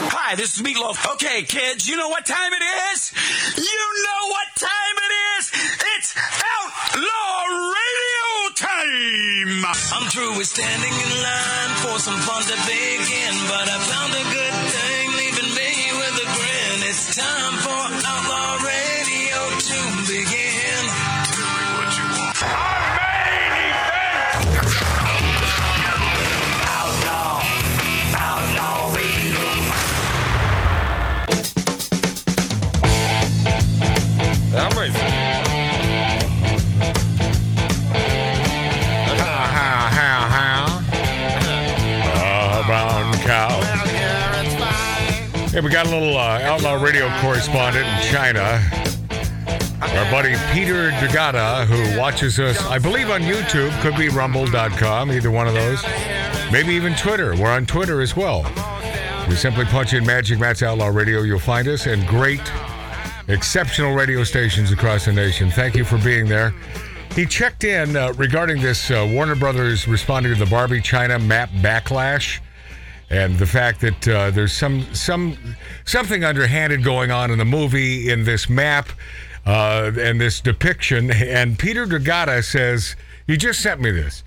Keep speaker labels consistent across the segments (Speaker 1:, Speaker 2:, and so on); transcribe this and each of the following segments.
Speaker 1: Hi, this is Meatloaf. Okay, kids, you know what time it is? You know what time it is? It's Outlaw Radio time! I'm through with standing in line for some fun to begin, but I found a good thing leaving me with a grin. It's time for Outlaw Radio to begin.
Speaker 2: I'm ready for
Speaker 3: A brown cow. Hey, we got a little uh, outlaw radio correspondent in China. Our buddy Peter Dugata, who watches us, I believe, on YouTube, could be rumble.com, either one of those. Maybe even Twitter. We're on Twitter as well. You simply punch in Magic Matt's Outlaw Radio, you'll find us, and great, exceptional radio stations across the nation. Thank you for being there. He checked in uh, regarding this uh, Warner Brothers responding to the Barbie China map backlash and the fact that uh, there's some some something underhanded going on in the movie in this map uh, and this depiction. And Peter Dragata says, "You just sent me this."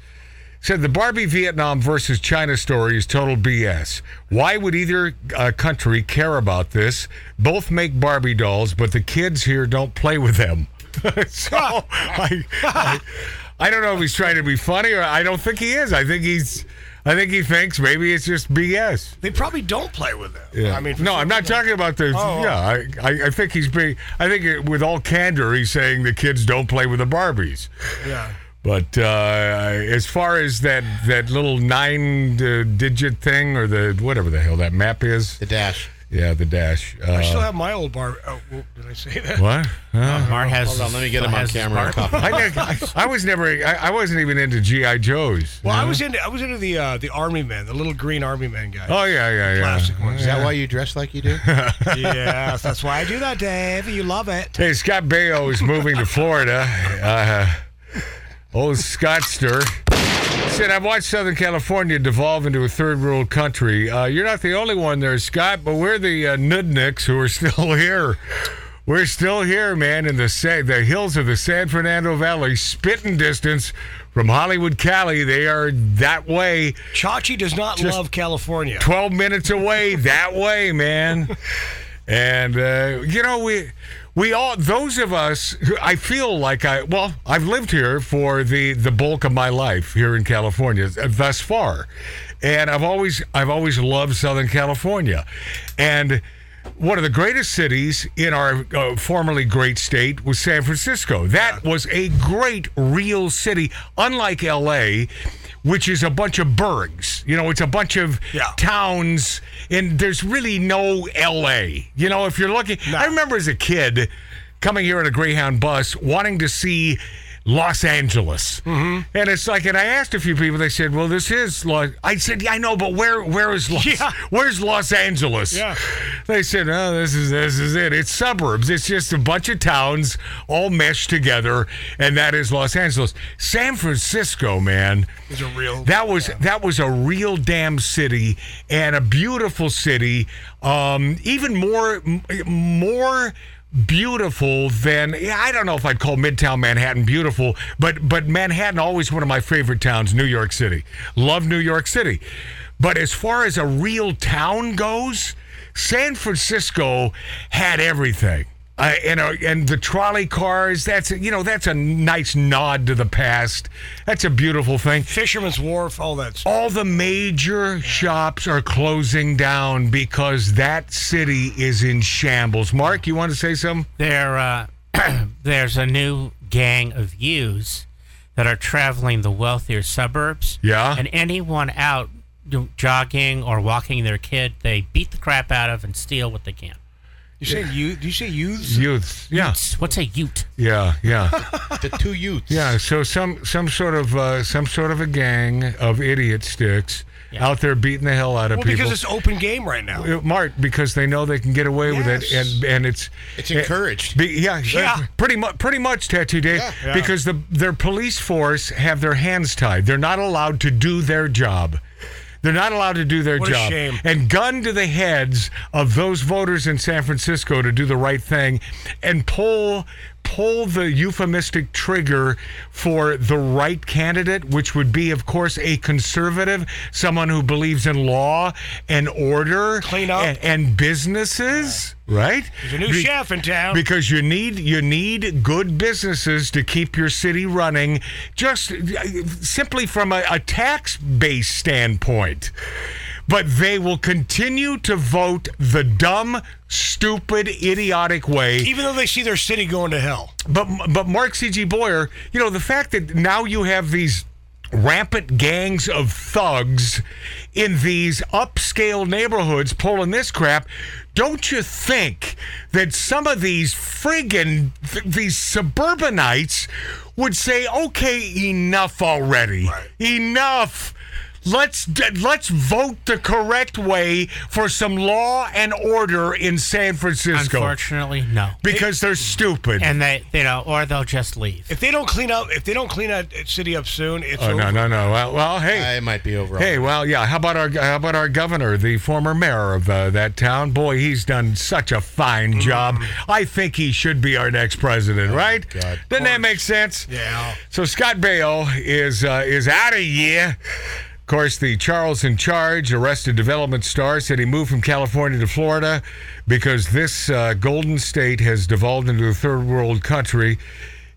Speaker 3: Said the Barbie Vietnam versus China story is total BS. Why would either uh, country care about this? Both make Barbie dolls, but the kids here don't play with them. so I, I, I don't know if he's trying to be funny, or I don't think he is. I think he's, I think he thinks maybe it's just BS.
Speaker 4: They probably don't play with them.
Speaker 3: Yeah.
Speaker 4: I mean,
Speaker 3: no, I'm not talking about the.
Speaker 4: Oh,
Speaker 3: yeah, I, I, I think he's being. I think it, with all candor, he's saying the kids don't play with the Barbies.
Speaker 4: Yeah.
Speaker 3: But uh, as far as that that little nine-digit thing or the whatever the hell that map is,
Speaker 5: The dash.
Speaker 3: yeah, the dash.
Speaker 4: I still
Speaker 3: Uh,
Speaker 4: have my old bar. Oh, well, did I say that?
Speaker 3: what? Huh?
Speaker 5: Mark has. Hold on, let me get him on camera. A copy.
Speaker 3: I, never- I, I was never. I, I wasn't even into GI Joes.
Speaker 4: Well, I was into I was into the uh, the army man, the little green army man guy.
Speaker 3: Oh yeah, yeah, yeah.
Speaker 4: Plastic ones.
Speaker 5: Is that why you dress like you do?
Speaker 4: yeah, that's why I do that, Dave. You love it.
Speaker 3: Hey, Scott Baio is moving to Florida. Uh, old Scottster said, I've watched Southern California devolve into a third world country. Uh, you're not the only one there, Scott, but we're the uh, Nudniks who are still here. We're still here, man, in the sa- the hills of the San Fernando Valley, spitting distance from Hollywood, Cali. They are that way.
Speaker 4: Chachi does not love California.
Speaker 3: 12 minutes away that way, man. And uh, you know we we all those of us who I feel like I well I've lived here for the the bulk of my life here in California uh, thus far. And I've always I've always loved Southern California. And one of the greatest cities in our uh, formerly great state was San Francisco. That was a great real city unlike LA which is a bunch of burgs. You know, it's a bunch of
Speaker 4: Yeah.
Speaker 3: towns, and there's really no L.A. You know, if you're looking, I remember as a kid coming here on a Greyhound bus, wanting to see Los Angeles, mm-hmm. and it's like, and I asked a few people, they said, "Well, this is Los." I said, "Yeah, I know, but where, where is Los?
Speaker 4: Yeah.
Speaker 3: Where's Los Angeles?"
Speaker 4: Yeah.
Speaker 3: They said, "Oh, this is this is it. It's suburbs. It's just a bunch of towns all meshed together, and that is Los Angeles. San Francisco, man."
Speaker 4: Is a real.
Speaker 3: That was that was a real damn city and a beautiful city. Um, even more m- more beautiful than I don't know if I'd call Midtown Manhattan beautiful, but but Manhattan always one of my favorite towns. New York City, love New York City, but as far as a real town goes, San Francisco had everything. Uh, and uh, and the trolley cars. That's you know that's a nice nod to the past. That's a beautiful thing
Speaker 4: Fisherman's Wharf, all that. Stuff.
Speaker 3: all the major shops are closing down because that city is in shambles. Mark, you want to say something?
Speaker 6: there uh, there's a new gang of youths that are traveling the wealthier suburbs.
Speaker 3: Yeah.
Speaker 6: And anyone out do- jogging or walking their kid, they beat the crap out of and steal what they can.
Speaker 4: You say you? Do you say youths?
Speaker 3: Youths. Yeah.
Speaker 6: What's a ute?
Speaker 3: Yeah. Yeah.
Speaker 5: the two youths.
Speaker 3: Yeah. So some some sort of uh, some sort of a gang of idiot sticks out there beating the hell out of
Speaker 4: Well,
Speaker 3: people.
Speaker 4: because it's open game right now.
Speaker 3: Uh, Mark, because they know they can get away with it,
Speaker 4: Yes.
Speaker 3: and and it's
Speaker 5: It's encouraged.
Speaker 3: Be, yeah,
Speaker 4: Yeah.
Speaker 3: uh, pretty much, pretty much tattoo day
Speaker 4: Yeah.
Speaker 3: because the their police force have their hands tied. They're not allowed to do their job. They're not allowed to do their
Speaker 4: What a
Speaker 3: job.
Speaker 4: shame.
Speaker 3: And gun to the heads of those voters in San Francisco to do the right thing and pull pull the euphemistic trigger for the right candidate which would be of course a conservative someone who believes in law and order
Speaker 4: Clean up.
Speaker 3: and, and businesses right
Speaker 4: There's a new
Speaker 3: Be-
Speaker 4: chef in town.
Speaker 3: because you need you need good businesses to keep your city running just uh, simply from a, a tax base standpoint but they will continue to vote the dumb stupid idiotic way
Speaker 4: Even though they see their city going to hell.
Speaker 3: but but mark cg boyer you know the fact that now you have these rampant gangs of thugs in these upscale neighborhoods pulling this crap don't you think that some of these friggin' th- these suburbanites would say okay enough already enough Let's d- let's vote the correct way for some law and order in San Francisco
Speaker 6: Unfortunately, no.
Speaker 3: because they're stupid.
Speaker 6: And they, you know, or they'll just leave.
Speaker 4: If they don't clean up, if they don't clean that city up soon, it's
Speaker 3: Oh
Speaker 4: over.
Speaker 3: no no no! Well, well
Speaker 5: I
Speaker 3: hey
Speaker 5: might be overall.
Speaker 3: hey well yeah. How about our how about our governor, the former mayor of uh, that town? Boy, he's done such a fine job. I think he should be our next president, right?
Speaker 5: God.
Speaker 3: Doesn't that make sense?
Speaker 4: Yeah.
Speaker 3: So Scott Baio is uh, is out of here. Of course, the Charles in charge, arrested development star, said he moved from California to Florida because this uh, golden state has devolved into a third world country.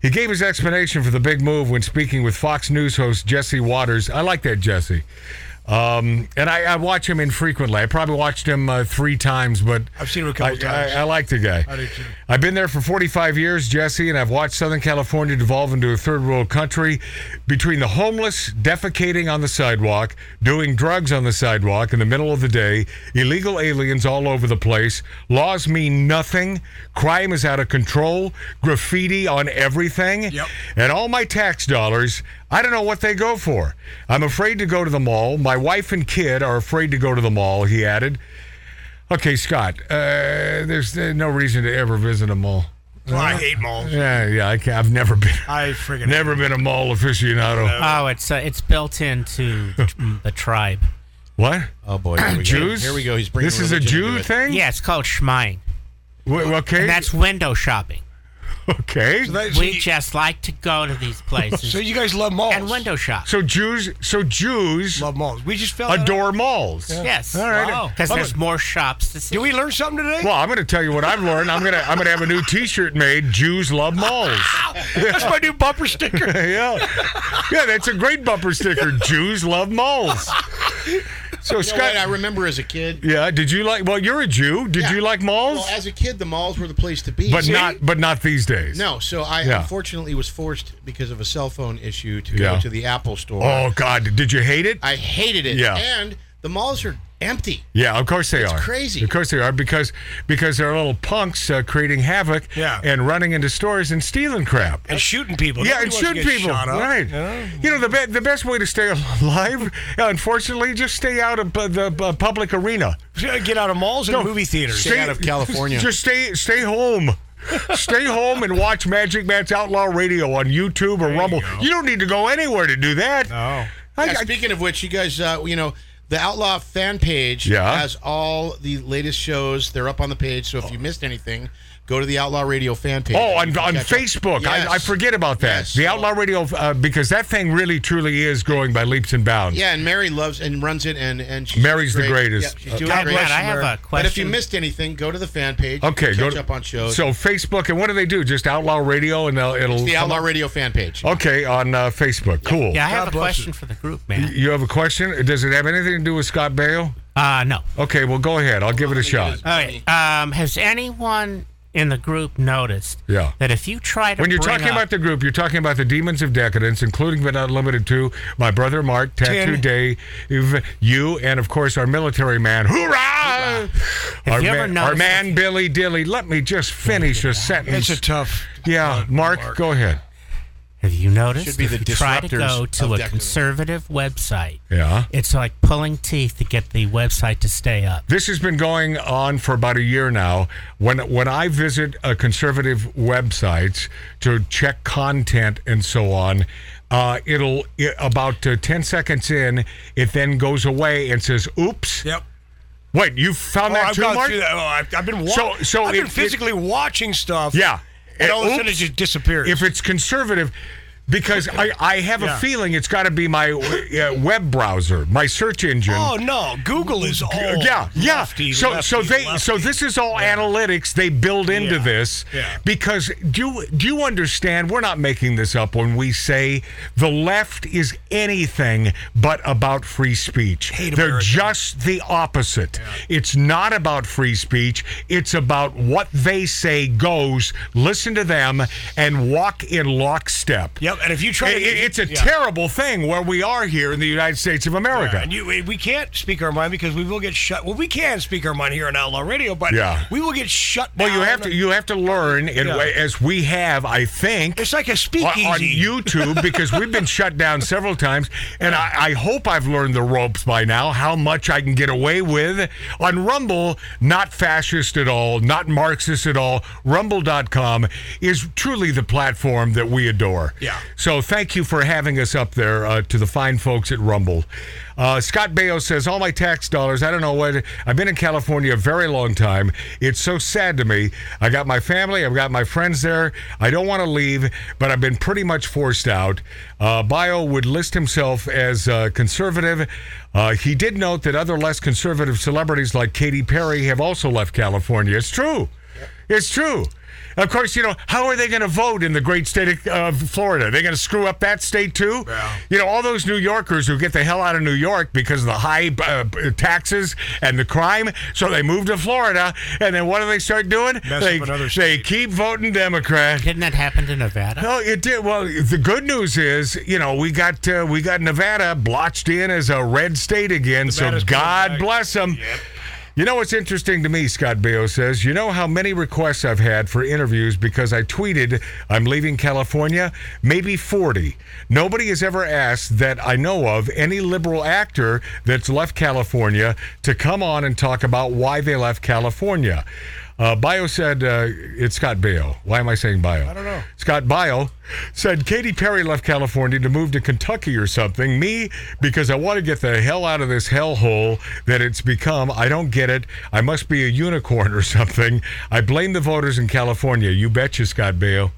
Speaker 3: He gave his explanation for the big move when speaking with Fox News host Jesse Waters. I like that Jesse, um, and I, I watch him infrequently. I probably watched him uh, three times, but
Speaker 4: I've seen him a couple
Speaker 3: I-
Speaker 4: times.
Speaker 3: I, I like the guy.
Speaker 4: I do too.
Speaker 3: I've been there for 45 years, Jesse, and I've watched Southern California devolve into a third world country between the homeless defecating on the sidewalk, doing drugs on the sidewalk in the middle of the day, illegal aliens all over the place. Laws mean nothing. Crime is out of control. Graffiti on everything.
Speaker 4: Yep.
Speaker 3: And all my tax dollars, I don't know what they go for. I'm afraid to go to the mall. My wife and kid are afraid to go to the mall, he added. Okay, Scott. Uh, there's uh, no reason to ever visit a mall.
Speaker 4: Well, I hate malls.
Speaker 3: Yeah, yeah. I can't, I've never been.
Speaker 4: I friggin'
Speaker 3: Never been a mall aficionado.
Speaker 6: Oh, it's uh, it's built into the, the tribe.
Speaker 3: what?
Speaker 5: Oh boy, here we go.
Speaker 3: Jews?
Speaker 5: Here we go. He's bringing
Speaker 3: This is a
Speaker 5: religion
Speaker 3: Jew
Speaker 5: into it.
Speaker 3: thing.
Speaker 6: Yeah, it's called schmying.
Speaker 3: W- okay.
Speaker 6: And that's window shopping.
Speaker 3: okay.
Speaker 4: That- so,
Speaker 6: We
Speaker 4: you,
Speaker 6: just like to go to these
Speaker 4: so
Speaker 6: places
Speaker 4: you guys love malls.
Speaker 6: and window shop.
Speaker 3: so Jews. So Jews
Speaker 4: love malls. We just fell. out of-
Speaker 3: adore malls.
Speaker 6: Yes.
Speaker 3: All right.
Speaker 6: Because there's more shops to see.
Speaker 4: Did we learn something today?
Speaker 3: Well, I'm going to tell you what I've learned. I'm going to I'm going to have a new T-shirt made. Jews love malls.
Speaker 4: That's my new bumper sticker.
Speaker 3: yeah, yeah. That's a great bumper sticker. Jews love malls. So
Speaker 5: You know
Speaker 3: Scott,
Speaker 5: what? I remember as a kid.
Speaker 3: Yeah, did you like? Well, you're a Jew. Did
Speaker 5: Yeah.
Speaker 3: you like malls?
Speaker 5: Well, as a kid, the malls were the place to be.
Speaker 3: but
Speaker 5: See?
Speaker 3: not, but not these days.
Speaker 5: No, so I
Speaker 3: Yeah.
Speaker 5: unfortunately was forced because of a cell phone issue to
Speaker 3: Yeah.
Speaker 5: go to the Apple store.
Speaker 3: Oh God, did you hate it?
Speaker 5: I hated it.
Speaker 3: Yeah.
Speaker 5: And the malls are empty.
Speaker 3: yeah, of course they are.
Speaker 5: crazy.
Speaker 3: Of course they are because because they're little punks uh, creating havoc.
Speaker 4: Yeah.
Speaker 3: and running into stores and stealing crap.
Speaker 4: and shooting people.
Speaker 3: yeah,
Speaker 4: Nobody
Speaker 3: and
Speaker 4: wants to
Speaker 3: shooting
Speaker 4: get
Speaker 3: people.
Speaker 4: shot up.
Speaker 3: Right. You know the be- the best way to stay alive, unfortunately, just stay out of uh, the uh, public arena.
Speaker 4: Get out of malls and movie theaters.
Speaker 5: Stay out of California.
Speaker 3: Just stay stay home. stay home and watch Magic Matt's Outlaw Radio on YouTube or Rumble. You, don't need to go anywhere to do that.
Speaker 4: No.
Speaker 3: I,
Speaker 5: Yeah,
Speaker 3: I-
Speaker 5: speaking of which, you guys, uh, you know, the Outlaw fan page
Speaker 3: Yeah.
Speaker 5: has all the latest shows. They're up on the page, so if you missed anything, go to the Outlaw Radio fan page.
Speaker 3: Oh,
Speaker 5: You
Speaker 3: on,
Speaker 5: can
Speaker 3: on
Speaker 5: catch up.
Speaker 3: Facebook.
Speaker 5: Yes.
Speaker 3: I, I forget about that.
Speaker 5: Yes.
Speaker 3: The Outlaw Radio, uh, because that thing really, truly is growing by leaps and bounds.
Speaker 5: Yeah, and Mary loves and runs it, and and she's
Speaker 3: Mary's the
Speaker 5: great.
Speaker 3: greatest.
Speaker 5: Yeah, she's doing
Speaker 6: God,
Speaker 5: great.
Speaker 6: Matt, I have a
Speaker 5: But if you
Speaker 6: question.
Speaker 5: missed anything, go to the fan page. You
Speaker 3: Okay.
Speaker 5: can
Speaker 3: go
Speaker 5: catch
Speaker 3: to-
Speaker 5: up on shows.
Speaker 3: So Facebook, and what do they do? Just Outlaw Radio, and they'll, it'll.
Speaker 5: the Outlaw Radio fan page.
Speaker 3: okay, on uh, Facebook. Cool.
Speaker 6: yeah, I
Speaker 4: God
Speaker 6: have a
Speaker 4: bless
Speaker 6: question for the group, man.
Speaker 3: You have a question? Does it have anything to do with Scott Baio?
Speaker 6: Uh, no.
Speaker 3: Okay, well, go ahead. I'll give it a shot.
Speaker 6: All right. Um, has anyone in the group noticed
Speaker 3: Yeah.
Speaker 6: that if you try to
Speaker 3: When you're
Speaker 6: bring
Speaker 3: talking
Speaker 6: up-
Speaker 3: about the group, you're talking about the Demons of Decadence, including but not limited to my brother Mark, Tattoo
Speaker 4: Ten.
Speaker 3: Day, Ev- you, and of course our military man. Hoorah! Our,
Speaker 6: you
Speaker 3: man,
Speaker 6: ever
Speaker 3: our
Speaker 6: noticed-
Speaker 3: man Billy Dilly. Let me just finish a sentence.
Speaker 4: It's a tough.
Speaker 3: yeah, Mark, go ahead.
Speaker 6: Have you noticed?
Speaker 5: Should be
Speaker 6: if
Speaker 5: the
Speaker 6: you try to
Speaker 5: disruptors
Speaker 6: go
Speaker 5: of
Speaker 6: to a
Speaker 5: decadence.
Speaker 6: conservative website.
Speaker 3: Yeah.
Speaker 6: It's like pulling teeth to get the website to stay up.
Speaker 3: This has been going on for about a year now. When when I visit uh, conservative websites to check content and so on, Uh, it'll i about uh, ten seconds in, it then goes away and says, "Oops."
Speaker 4: Yep.
Speaker 3: Wait, you found
Speaker 4: Oh,
Speaker 3: that
Speaker 4: I've
Speaker 3: too,
Speaker 4: gone
Speaker 3: Mark?
Speaker 4: through that. Oh, I've, I've been wa-
Speaker 3: So- so
Speaker 4: I've
Speaker 3: it-
Speaker 4: been
Speaker 3: it-
Speaker 4: physically watching stuff.
Speaker 3: Yeah.
Speaker 4: And all of a sudden
Speaker 3: Oops.
Speaker 4: it just disappears.
Speaker 3: If it's conservative, because I, I have
Speaker 4: Yeah.
Speaker 3: a feeling it's got to be my uh, web browser, my search engine.
Speaker 4: oh no, Google is all
Speaker 3: yeah, yeah.
Speaker 4: lefty,
Speaker 3: so, so
Speaker 4: lefty,
Speaker 3: they,
Speaker 4: lefty.
Speaker 3: so this is all analytics they build into
Speaker 4: Yeah.
Speaker 3: this
Speaker 4: Yeah.
Speaker 3: because do you- do you understand? We're not making this up when we say the left is anything but about free speech. They're
Speaker 4: America.
Speaker 3: just the opposite. It's not about free speech. It's about what they say goes. Listen to them and walk in lockstep.
Speaker 4: Yep, and if you try,
Speaker 3: It-
Speaker 4: to,
Speaker 3: it- it's a
Speaker 4: yeah.
Speaker 3: terrible thing where we are here in the United States of America.
Speaker 4: And you, we can't speak our mind because we will get shut. Well, we can speak our mind here on Outlaw Radio, but
Speaker 3: Yeah.
Speaker 4: we will get shut.
Speaker 3: Well, you
Speaker 4: down.
Speaker 3: have to you have to learn, and
Speaker 4: Yeah.
Speaker 3: as we have, I think,
Speaker 4: It's like a
Speaker 3: on,
Speaker 4: speakeasy.
Speaker 3: on YouTube because we've been shut down several times, and I, I hope I've learned the ropes by now. How much I can get away with on Rumble? Not fascist at all, not Marxist at all. Rumble.com is truly the platform that we adore.
Speaker 4: Yeah.
Speaker 3: So thank you for having us up there uh, to the fine folks at Rumble. Uh, Scott Baio says, All my tax dollars, I don't know what. I've been in California a very long time. It's so sad to me. I got my family, I've got my friends there. I don't want to leave, but I've been pretty much forced out. Uh, Baio would list himself as uh, conservative. Uh, he did note that other less conservative celebrities like Katy Perry have also left California. It's true. It's true. Of course, you know, how are they going to vote in the great state of uh, Florida? Are they going to screw up that state too? You know, all those New Yorkers who get the hell out of New York because of the high uh, b- taxes and the crime, so they move to Florida, and then what do they start doing?
Speaker 4: Mess up
Speaker 3: they,
Speaker 4: another
Speaker 3: they
Speaker 4: state.
Speaker 3: keep voting Democrat.
Speaker 6: Didn't that happen to Nevada?
Speaker 3: Well, it did. Well, the good news is, you know, we got uh, we got Nevada blotched in as a red state again.
Speaker 4: Nevada's
Speaker 3: so
Speaker 4: coming
Speaker 3: God
Speaker 4: back.
Speaker 3: bless them. You know what's interesting to me, Scott Baio says. You know how many requests I've had for interviews because I tweeted I'm leaving California, maybe 40. Nobody has ever asked that I know of any liberal actor that's left California to come on and talk about why they left California. Uh, Bio said uh, it's Scott Baio. Why am I saying Bio? I don't know. Scott Bio said Katy Perry left California to move to Kentucky or something. Me because I want to get the hell out of this hellhole that it's become. I don't get it. I must be a unicorn or something. I blame the voters in California. You betcha, Scott Bio.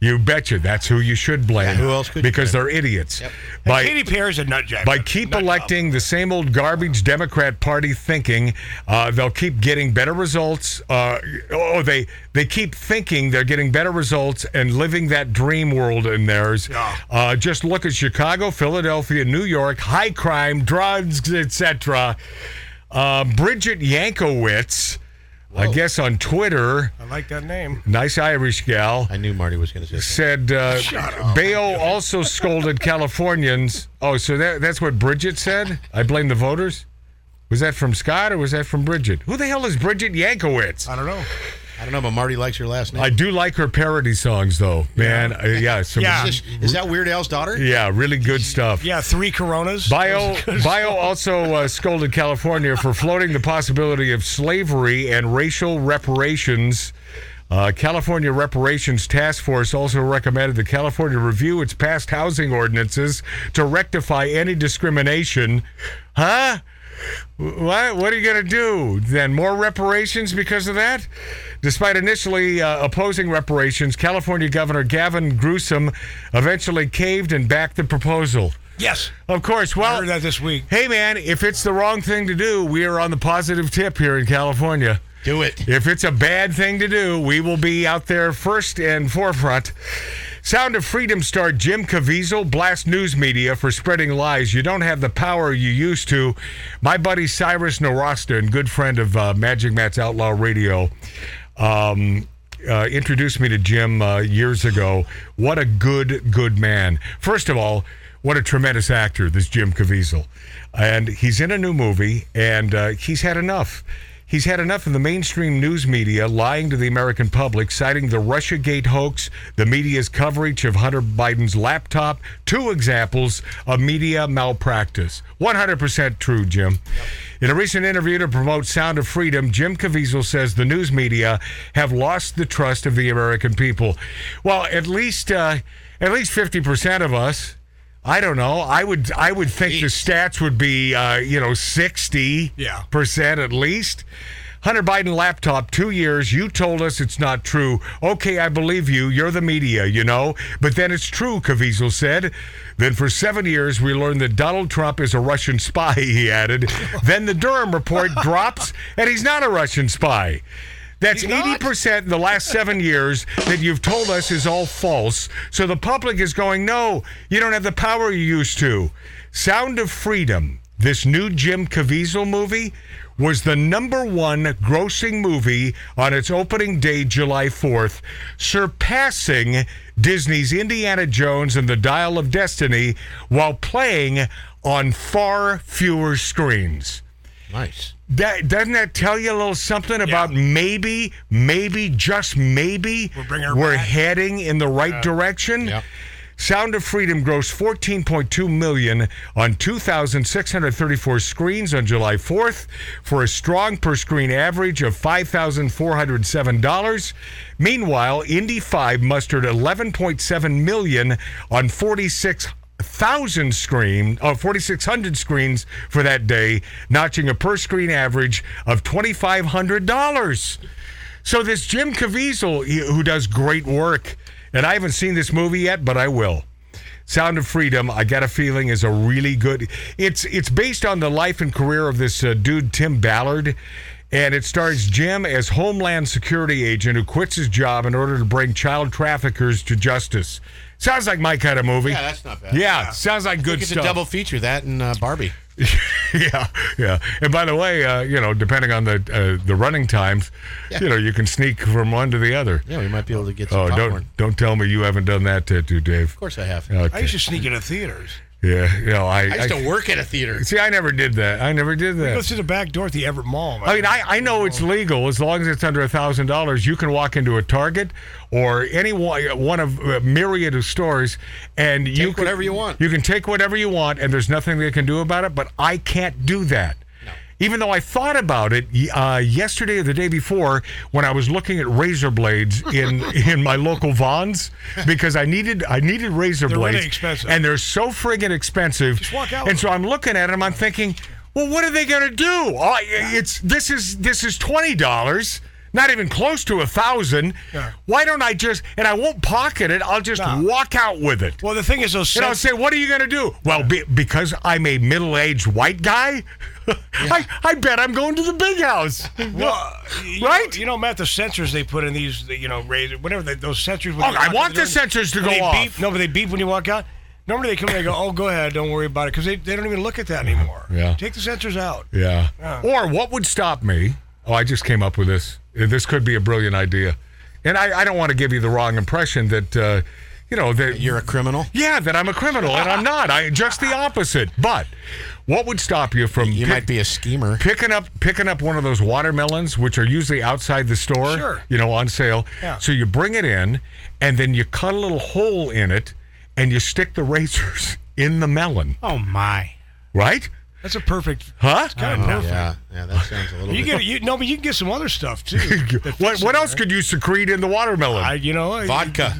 Speaker 3: You betcha. That's who you should blame.
Speaker 5: who else could you
Speaker 3: because they're idiots. By-
Speaker 4: Katy Perry's a nut job.
Speaker 3: by keep electing the same old garbage Democrat Party thinking, uh, they'll keep getting better results. Uh, oh, they they keep thinking they're getting better results and living that dream world in theirs.
Speaker 4: Yeah.
Speaker 3: Uh, just look at Chicago, Philadelphia, New York, high crime, drugs, etc. Uh, Bridget Yankowitz, I guess on Twitter,
Speaker 4: I like that name.
Speaker 3: nice Irish gal
Speaker 5: I knew Marty was going to say. something.
Speaker 3: said uh, Bayo also scolded Californians. Oh, so that, that's what Bridget said? I blame the voters? Was that from Scott or was that from Bridget? Who the hell is Bridget Yankowitz?
Speaker 4: I don't know.
Speaker 5: I don't know, but Marty likes your last name.
Speaker 3: I do like her parody songs, though, man. Uh, yeah, some,
Speaker 4: Yeah.
Speaker 5: is, is that Weird Al's daughter?
Speaker 3: yeah, really good stuff.
Speaker 4: Yeah, three Coronas.
Speaker 3: Bio, Bio also uh, scolded California for floating the possibility of slavery and racial reparations. Uh, California Reparations Task Force also recommended that California review its past housing ordinances to rectify any discrimination. Huh? What? What are you going to do then? More reparations because of that? Despite initially uh, opposing reparations, California Governor Gavin Newsom eventually caved and backed the proposal.
Speaker 4: yes,
Speaker 3: Of course. Well,
Speaker 4: I heard that this week.
Speaker 3: hey, man, if it's the wrong thing to do, we are on the positive tip here in California.
Speaker 5: Do it.
Speaker 3: If it's a bad thing to do, we will be out there first and forefront. Sound of Freedom star Jim Caviezel blasts news media for spreading lies. You don't have the power you used to. My buddy Cyrus Narasta, and good friend of uh, Magic Matt's Outlaw Radio, um, uh, introduced me to Jim uh, years ago. What a good, good man. First of all, what a tremendous actor this Jim Caviezel, and he's in a new movie, and uh, he's had enough. He's had enough of the mainstream news media lying to the American public, citing the Russiagate hoax, the media's coverage of Hunter Biden's laptop, two examples of media malpractice. 100% true, Jim. In a recent interview to promote Sound of Freedom, Jim Caviezel says the news media have lost the trust of the American people. Well, at least uh, at least 50% of us I don't know. I would I would think the stats would be uh, you know sixty
Speaker 4: Yeah.
Speaker 3: percent at least. Hunter Biden laptop, two years. You told us it's not true. Okay, I believe you. You're the media, you know. But then it's true, Caviezel said. Then for seven years, we learned that Donald Trump is a Russian spy, he added. then the Durham report drops, and he's not a Russian spy. That's eighty percent in the last seven years that you've told us is all false. So the public is going, no, you don't have the power you used to. Sound of Freedom, this new Jim Caviezel movie, was the number one grossing movie on its opening day, July fourth, surpassing Disney's Indiana Jones and the Dial of Destiny, while playing on far fewer screens.
Speaker 5: Nice.
Speaker 3: That doesn't that tell you a little something about maybe, maybe, just maybe
Speaker 4: We're bringing her back.
Speaker 3: heading in the right direction?
Speaker 5: Yeah.
Speaker 3: Sound of Freedom grossed 14.2 million on 2,634 screens on July 4th for a strong per screen average of $5,407. Meanwhile, Indy 5 mustered 11.7 million on 46,000 screen, uh, 4,600 screens for that day, notching a per screen average of $2,500. So this Jim Caviezel, he- who does great work, and I haven't seen this movie yet, but I will. Sound of Freedom, I got a feeling is a really good. It's it's based on the life and career of this uh, dude Tim Ballard, and it stars Jim as Homeland Security agent who quits his job in order to bring child traffickers to justice. Sounds like my kind of movie.
Speaker 5: Yeah, that's not bad.
Speaker 3: Yeah, sounds like good
Speaker 5: It's
Speaker 3: stuff.
Speaker 5: a double feature that and uh, Barbie.
Speaker 3: yeah, yeah. And by the way, uh, you know, depending on the uh, the running times, you know, you can sneak from one to the other.
Speaker 5: Yeah, we might be able to get some
Speaker 3: Oh,
Speaker 5: popcorn.
Speaker 3: don't don't tell me you haven't done that tattoo, Dave.
Speaker 5: Of course, I have.
Speaker 4: I
Speaker 3: Okay.
Speaker 4: used to sneak into theaters.
Speaker 3: Yeah, you know, I,
Speaker 5: I used to work at a theater.
Speaker 3: see. I never did that. I never did
Speaker 4: Go
Speaker 3: that.
Speaker 4: through the back door at the Everett Mall.
Speaker 3: I mean, I, I Oh, know it's legal as long as it's under a thousand dollars. You can walk into a Target or any one one of a myriad of stores, and you can,
Speaker 5: whatever you want.
Speaker 3: You can take whatever you want, and there's nothing they can do about it. But I can't do that. Even though I thought about it y- uh, yesterday or the day before when I was looking at razor blades in in my local Vons because I needed I needed razor
Speaker 4: They're really
Speaker 3: blades
Speaker 4: expensive.
Speaker 3: and they're so friggin' expensive.
Speaker 4: Just walk out
Speaker 3: And
Speaker 4: with
Speaker 3: so I'm looking at them. I'm thinking, well, what are they going to do? Oh, it's this is this is twenty dollars. Not even close to a thousand.
Speaker 4: Yeah.
Speaker 3: Why don't I just and I won't pocket it. I'll just
Speaker 4: No.
Speaker 3: walk out with it.
Speaker 4: well, the thing is, those
Speaker 3: And I'll
Speaker 4: sets,
Speaker 3: say, what are you going to do? Well, be, because I'm a middle-aged white guy, I, I bet I'm going to the big house. Oh,
Speaker 4: well, you
Speaker 3: Right?
Speaker 4: Know, you know, Matt, the sensors they put in these, you know, razor, whatever they, those sensors. when
Speaker 3: Oh,
Speaker 4: you
Speaker 3: I
Speaker 4: walk
Speaker 3: want
Speaker 4: in
Speaker 3: the
Speaker 4: door,
Speaker 3: sensors to
Speaker 4: when
Speaker 3: go
Speaker 4: they
Speaker 3: off.
Speaker 4: Beep, no, but they beep when you walk out. Normally they come in and go, "Oh, go ahead, don't worry about it," because they, they don't even look at that anymore.
Speaker 3: Yeah.
Speaker 4: Take the sensors out.
Speaker 3: Yeah.
Speaker 4: Yeah.
Speaker 3: Or what would stop me? Oh, I just came up with this. Uh, This could be a brilliant idea, and I, I don't want to give you the wrong impression that uh, you know that
Speaker 5: You're a criminal.
Speaker 3: yeah that I'm a criminal and I'm not. I just the opposite. But what would stop you from
Speaker 5: You
Speaker 3: pick-
Speaker 5: might be a schemer.
Speaker 3: picking up picking up one of those watermelons, which are usually outside the store,
Speaker 4: Sure.
Speaker 3: you know, on sale.
Speaker 4: Yeah.
Speaker 3: So you bring it in, and then you cut a little hole in it, and you stick the razors in the melon,
Speaker 6: Oh my!
Speaker 3: right?
Speaker 4: That's a perfect.
Speaker 3: Huh?
Speaker 4: Kind of perfect.
Speaker 5: Yeah, yeah, that sounds a little
Speaker 4: You
Speaker 5: bit.
Speaker 4: get you no, but you can get some other stuff too.
Speaker 3: What what else could you secrete in the watermelon?
Speaker 4: I, you know, I-
Speaker 5: Vodka.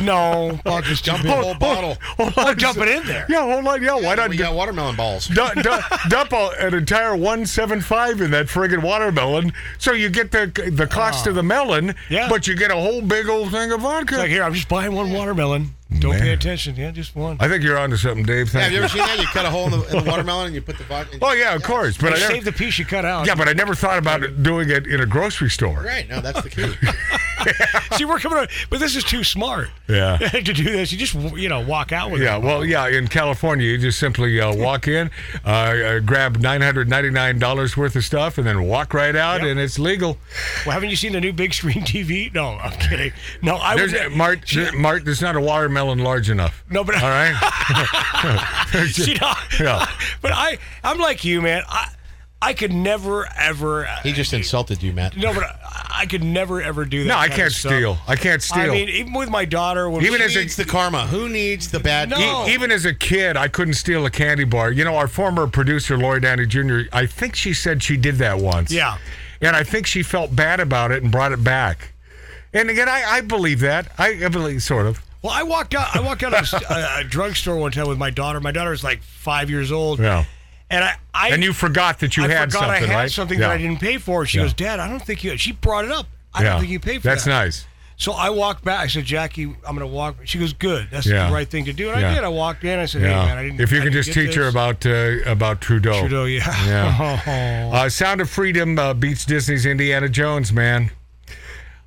Speaker 4: no, I'll just jump
Speaker 5: Dump a whole bottle.
Speaker 3: Hold on.
Speaker 4: Dump it in there.
Speaker 3: Yeah, hold on. Yeah, why not
Speaker 5: We
Speaker 3: dump,
Speaker 5: got watermelon balls.
Speaker 3: dump, dump a, an entire 175 in that friggin' watermelon so you get the the cost of the melon,
Speaker 4: Yeah.
Speaker 3: but you get a whole big old thing of vodka?
Speaker 4: Like here, I'm just buying one watermelon. Don't pay attention. Yeah, just one.
Speaker 3: I think you're onto something, Dave.
Speaker 5: Yeah,
Speaker 3: Thank
Speaker 5: have you
Speaker 3: you.
Speaker 5: ever seen that? You cut a hole in the, in the watermelon and you put the vodka.
Speaker 3: Oh yeah, of course. But I
Speaker 4: Save
Speaker 3: never,
Speaker 4: the piece you cut out.
Speaker 3: yeah, but I never thought about it, doing it in a grocery store.
Speaker 5: Right. No, that's the key.
Speaker 4: See, we're coming. Up, but this is too smart.
Speaker 3: Yeah.
Speaker 4: to do this, you just you know walk out with
Speaker 3: Yeah, well, yeah. In California, you just simply uh, walk in, uh, uh, grab nine hundred ninety-nine dollars worth of stuff, and then walk right out,
Speaker 4: Yep.
Speaker 3: and it's legal.
Speaker 4: it. Well, haven't you seen the new big screen TV? No, I'm kidding. No, I
Speaker 3: There's
Speaker 4: was
Speaker 3: uh, Mart. there- Mart, there's not a watermelon large enough.
Speaker 4: No, but-
Speaker 3: all right.
Speaker 4: you know,
Speaker 3: Yeah.
Speaker 4: but I I'm like you, man. I I could never ever.
Speaker 5: He just insulted you, Matt.
Speaker 4: no, but I, I could never ever do that.
Speaker 3: No, I
Speaker 4: kind of
Speaker 3: can't
Speaker 4: stuff.
Speaker 3: steal. I can't steal.
Speaker 4: I mean, even with my daughter, when
Speaker 3: Even
Speaker 4: she-
Speaker 3: as
Speaker 5: Who
Speaker 3: a-
Speaker 5: needs the karma? Who needs the bad?
Speaker 4: No.
Speaker 5: karma?
Speaker 3: E- Even as a kid, I couldn't steal a candy bar. You know, our former producer, Lori Downey Jr., I think she said she did that once.
Speaker 4: Yeah.
Speaker 3: And I think she felt bad about it and brought it back. And again, I, I believe that. I, I believe, sort of.
Speaker 4: Well, I walked out. I walked out of a, st- a, a drugstore one time with my daughter. My daughter was like five years old.
Speaker 3: Yeah.
Speaker 4: And I, I
Speaker 3: And you forgot that you
Speaker 4: I forgot
Speaker 3: had something,
Speaker 4: I had
Speaker 3: right?
Speaker 4: something
Speaker 3: Yeah.
Speaker 4: that I didn't pay for. She
Speaker 3: Yeah.
Speaker 4: goes, Dad, I don't think you. She brought it up. I
Speaker 3: Yeah.
Speaker 4: don't think you paid for
Speaker 3: That's
Speaker 4: that.
Speaker 3: nice.
Speaker 4: So I walked back. I said, Jackie, I'm going to walk. She goes, Good. That's
Speaker 3: Yeah.
Speaker 4: the right thing to do. And
Speaker 3: Yeah.
Speaker 4: I did. I walked in. I said, Hey, man, I
Speaker 3: Yeah.
Speaker 4: didn't.
Speaker 3: If you
Speaker 4: I
Speaker 3: can
Speaker 4: didn't
Speaker 3: just
Speaker 4: get
Speaker 3: teach her
Speaker 4: this."
Speaker 3: about uh, about Trudeau.
Speaker 4: Trudeau, yeah. Oh.
Speaker 3: Yeah. uh, Sound of Freedom uh, beats Disney's Indiana Jones, man.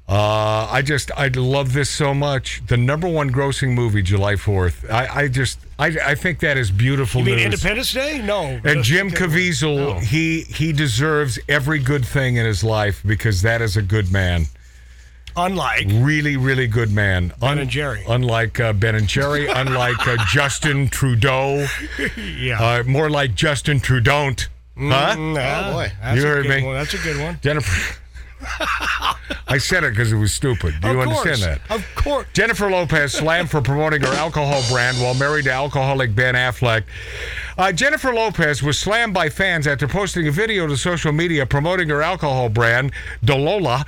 Speaker 3: Uh, I just I love this so much. The number one grossing movie, July Fourth. I, I just I, I think that is beautiful
Speaker 4: You mean
Speaker 3: news.
Speaker 4: Independence Day? No.
Speaker 3: And
Speaker 4: Just-
Speaker 3: Jim Caviezel, he he deserves every good thing in his life because that is a good man,
Speaker 4: Unlike.
Speaker 3: really really good man. Ben
Speaker 4: and Jerry.
Speaker 3: unlike uh, Ben and Jerry, unlike uh, Justin Trudeau,
Speaker 4: Yeah.
Speaker 3: uh, more like Justin Trudeau, huh?
Speaker 4: oh,
Speaker 5: boy.
Speaker 4: That's
Speaker 3: You
Speaker 4: a
Speaker 3: heard
Speaker 4: good
Speaker 3: me.
Speaker 4: One. That's a good one.
Speaker 3: Jennifer. I said it because it was stupid. Do you
Speaker 4: of course.
Speaker 3: understand that?
Speaker 4: Of course.
Speaker 3: Jennifer Lopez slammed for promoting her alcohol brand while married to alcoholic Ben Affleck. Uh, Jennifer Lopez was slammed by fans after posting a video to social media promoting her alcohol brand, Dolola,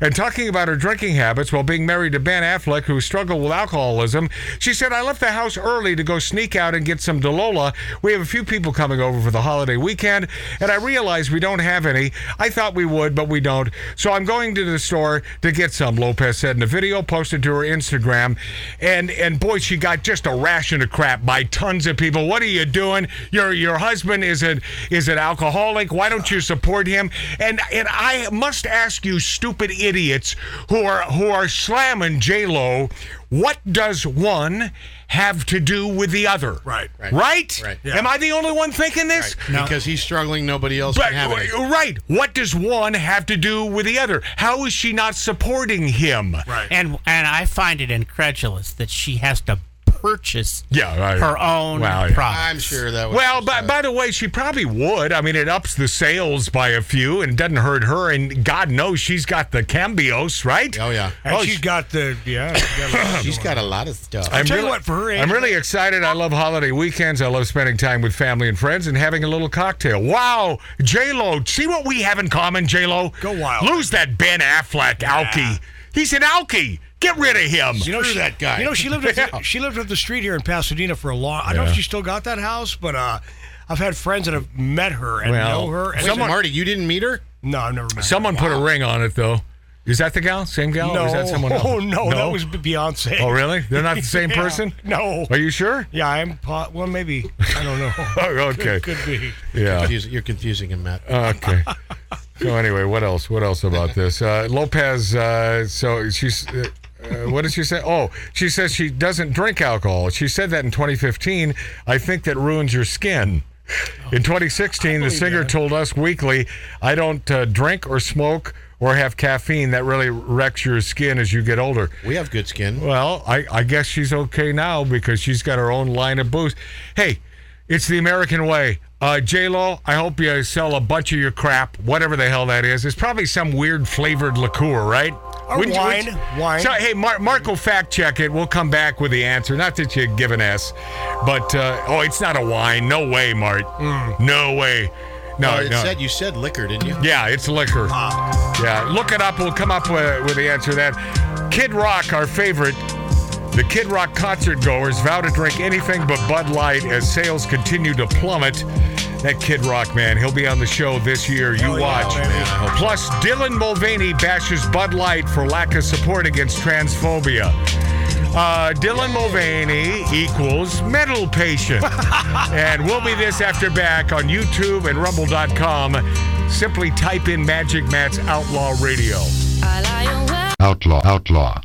Speaker 3: and talking about her drinking habits while being married to Ben Affleck, who struggled with alcoholism. She said, I left the house early to go sneak out and get some Dolola. We have a few people coming over for the holiday weekend, and I realized we don't have any. I thought we would, but we don't. So I'm going to the store to get some, Lopez said in a video posted to her Instagram. And and boy, she got just a ration of crap by tons of people. What are you doing? Your your husband is an is an alcoholic. Why don't you support him? And and I must ask you, stupid idiots who are who are slamming J Lo, what does one have to do with the other?
Speaker 4: Right.
Speaker 3: Right? right?
Speaker 5: Right.
Speaker 3: Am I the only one thinking this?
Speaker 5: Because he's struggling, nobody else
Speaker 3: But
Speaker 5: can have it.
Speaker 3: right, what does one have to do with the other? How is she not supporting him?
Speaker 4: Right.
Speaker 6: And and I find it incredulous that she has to purchase
Speaker 3: Yeah, right.
Speaker 6: her own
Speaker 3: Wow,
Speaker 6: wow,
Speaker 3: yeah.
Speaker 5: I'm sure that was.
Speaker 3: Well,
Speaker 5: just,
Speaker 3: by, by the way, she probably would. I mean, it ups the sales by a few and doesn't hurt her. And God knows she's got the cambios, right?
Speaker 5: uh, oh yeah,
Speaker 4: And
Speaker 3: Oh,
Speaker 4: she's
Speaker 3: she-
Speaker 4: got the yeah. She got a lot of
Speaker 5: she's
Speaker 4: one.
Speaker 5: got a lot of stuff.
Speaker 3: I'm
Speaker 4: tell you what, for her age-
Speaker 3: I'm really excited. I love holiday weekends. I love spending time with family and friends and having a little cocktail. Wow, J Lo, see what we have in common, J Lo.
Speaker 4: Go wild.
Speaker 3: Lose that Ben Affleck alkie. He's an alkie. Get rid of him.
Speaker 4: You know
Speaker 5: Screw
Speaker 4: she-
Speaker 5: that guy.
Speaker 4: You know she lived up the-
Speaker 3: Yeah.
Speaker 4: she lived up the street here in Pasadena for a long. I don't know
Speaker 3: Yeah.
Speaker 4: if she still got that house, but uh, I've had friends that have met her and
Speaker 3: Well,
Speaker 4: know her. And
Speaker 5: Wait, Marty, you didn't meet her?
Speaker 4: no, I've never met.
Speaker 3: Someone put a ring on it though. Is that the gal? Same
Speaker 4: her.
Speaker 3: gal?
Speaker 4: No,
Speaker 3: Or is that someone else?
Speaker 4: oh no, that was Beyonce.
Speaker 3: Oh really? They're not the same
Speaker 4: Yeah.
Speaker 3: person?
Speaker 4: No.
Speaker 3: Are you sure?
Speaker 4: Yeah, I'm. Po- well, maybe I don't know.
Speaker 3: Oh, okay.
Speaker 4: Could be.
Speaker 3: Yeah.
Speaker 5: Confuse- You're confusing him, Matt.
Speaker 3: Okay. So anyway, what else? What else about this? Uh, Lopez. Uh, so she's. Uh, uh, what did she say? Oh, she says she doesn't drink alcohol. She said that in 2015. I think that ruins your skin. In 2016, the singer told Us Weekly, "I don't uh, drink or smoke or have caffeine. That really wrecks your skin as you get older."
Speaker 5: We have good skin.
Speaker 3: Well, I, I guess she's okay now because she's got her own line of booze. Hey, it's the American way. Uh, J Lo, I hope you sell a bunch of your crap, whatever the hell that is. It's probably some weird flavored liqueur, right?
Speaker 4: Or
Speaker 3: Wouldn't you-
Speaker 4: wine,
Speaker 3: wouldn't-
Speaker 4: wine.
Speaker 3: So, hey, Mar- Mark will fact check it. We'll come back with the answer. Not that you give an S, but uh, oh, it's not a wine. No way, Mart.
Speaker 4: Mm.
Speaker 3: No way. No,
Speaker 5: Oh, it
Speaker 3: no.
Speaker 5: said you said liquor, didn't you?
Speaker 3: Yeah, it's liquor. Yeah, look it up. We'll come up with, with the answer to that. Kid Rock, our favorite. The Kid Rock concert goers vow to drink anything but Bud Light as sales continue to plummet. That Kid Rock man, he'll be on the show this year. You watch. Plus, Dylan Mulvaney bashes Bud Light for lack of support against transphobia. Uh, Dylan Mulvaney equals mental patient. and we'll be this after back on YouTube and rumble.com. Simply type in Magic Matt's Outlaw Radio.
Speaker 7: I lie awake.
Speaker 8: Outlaw, outlaw.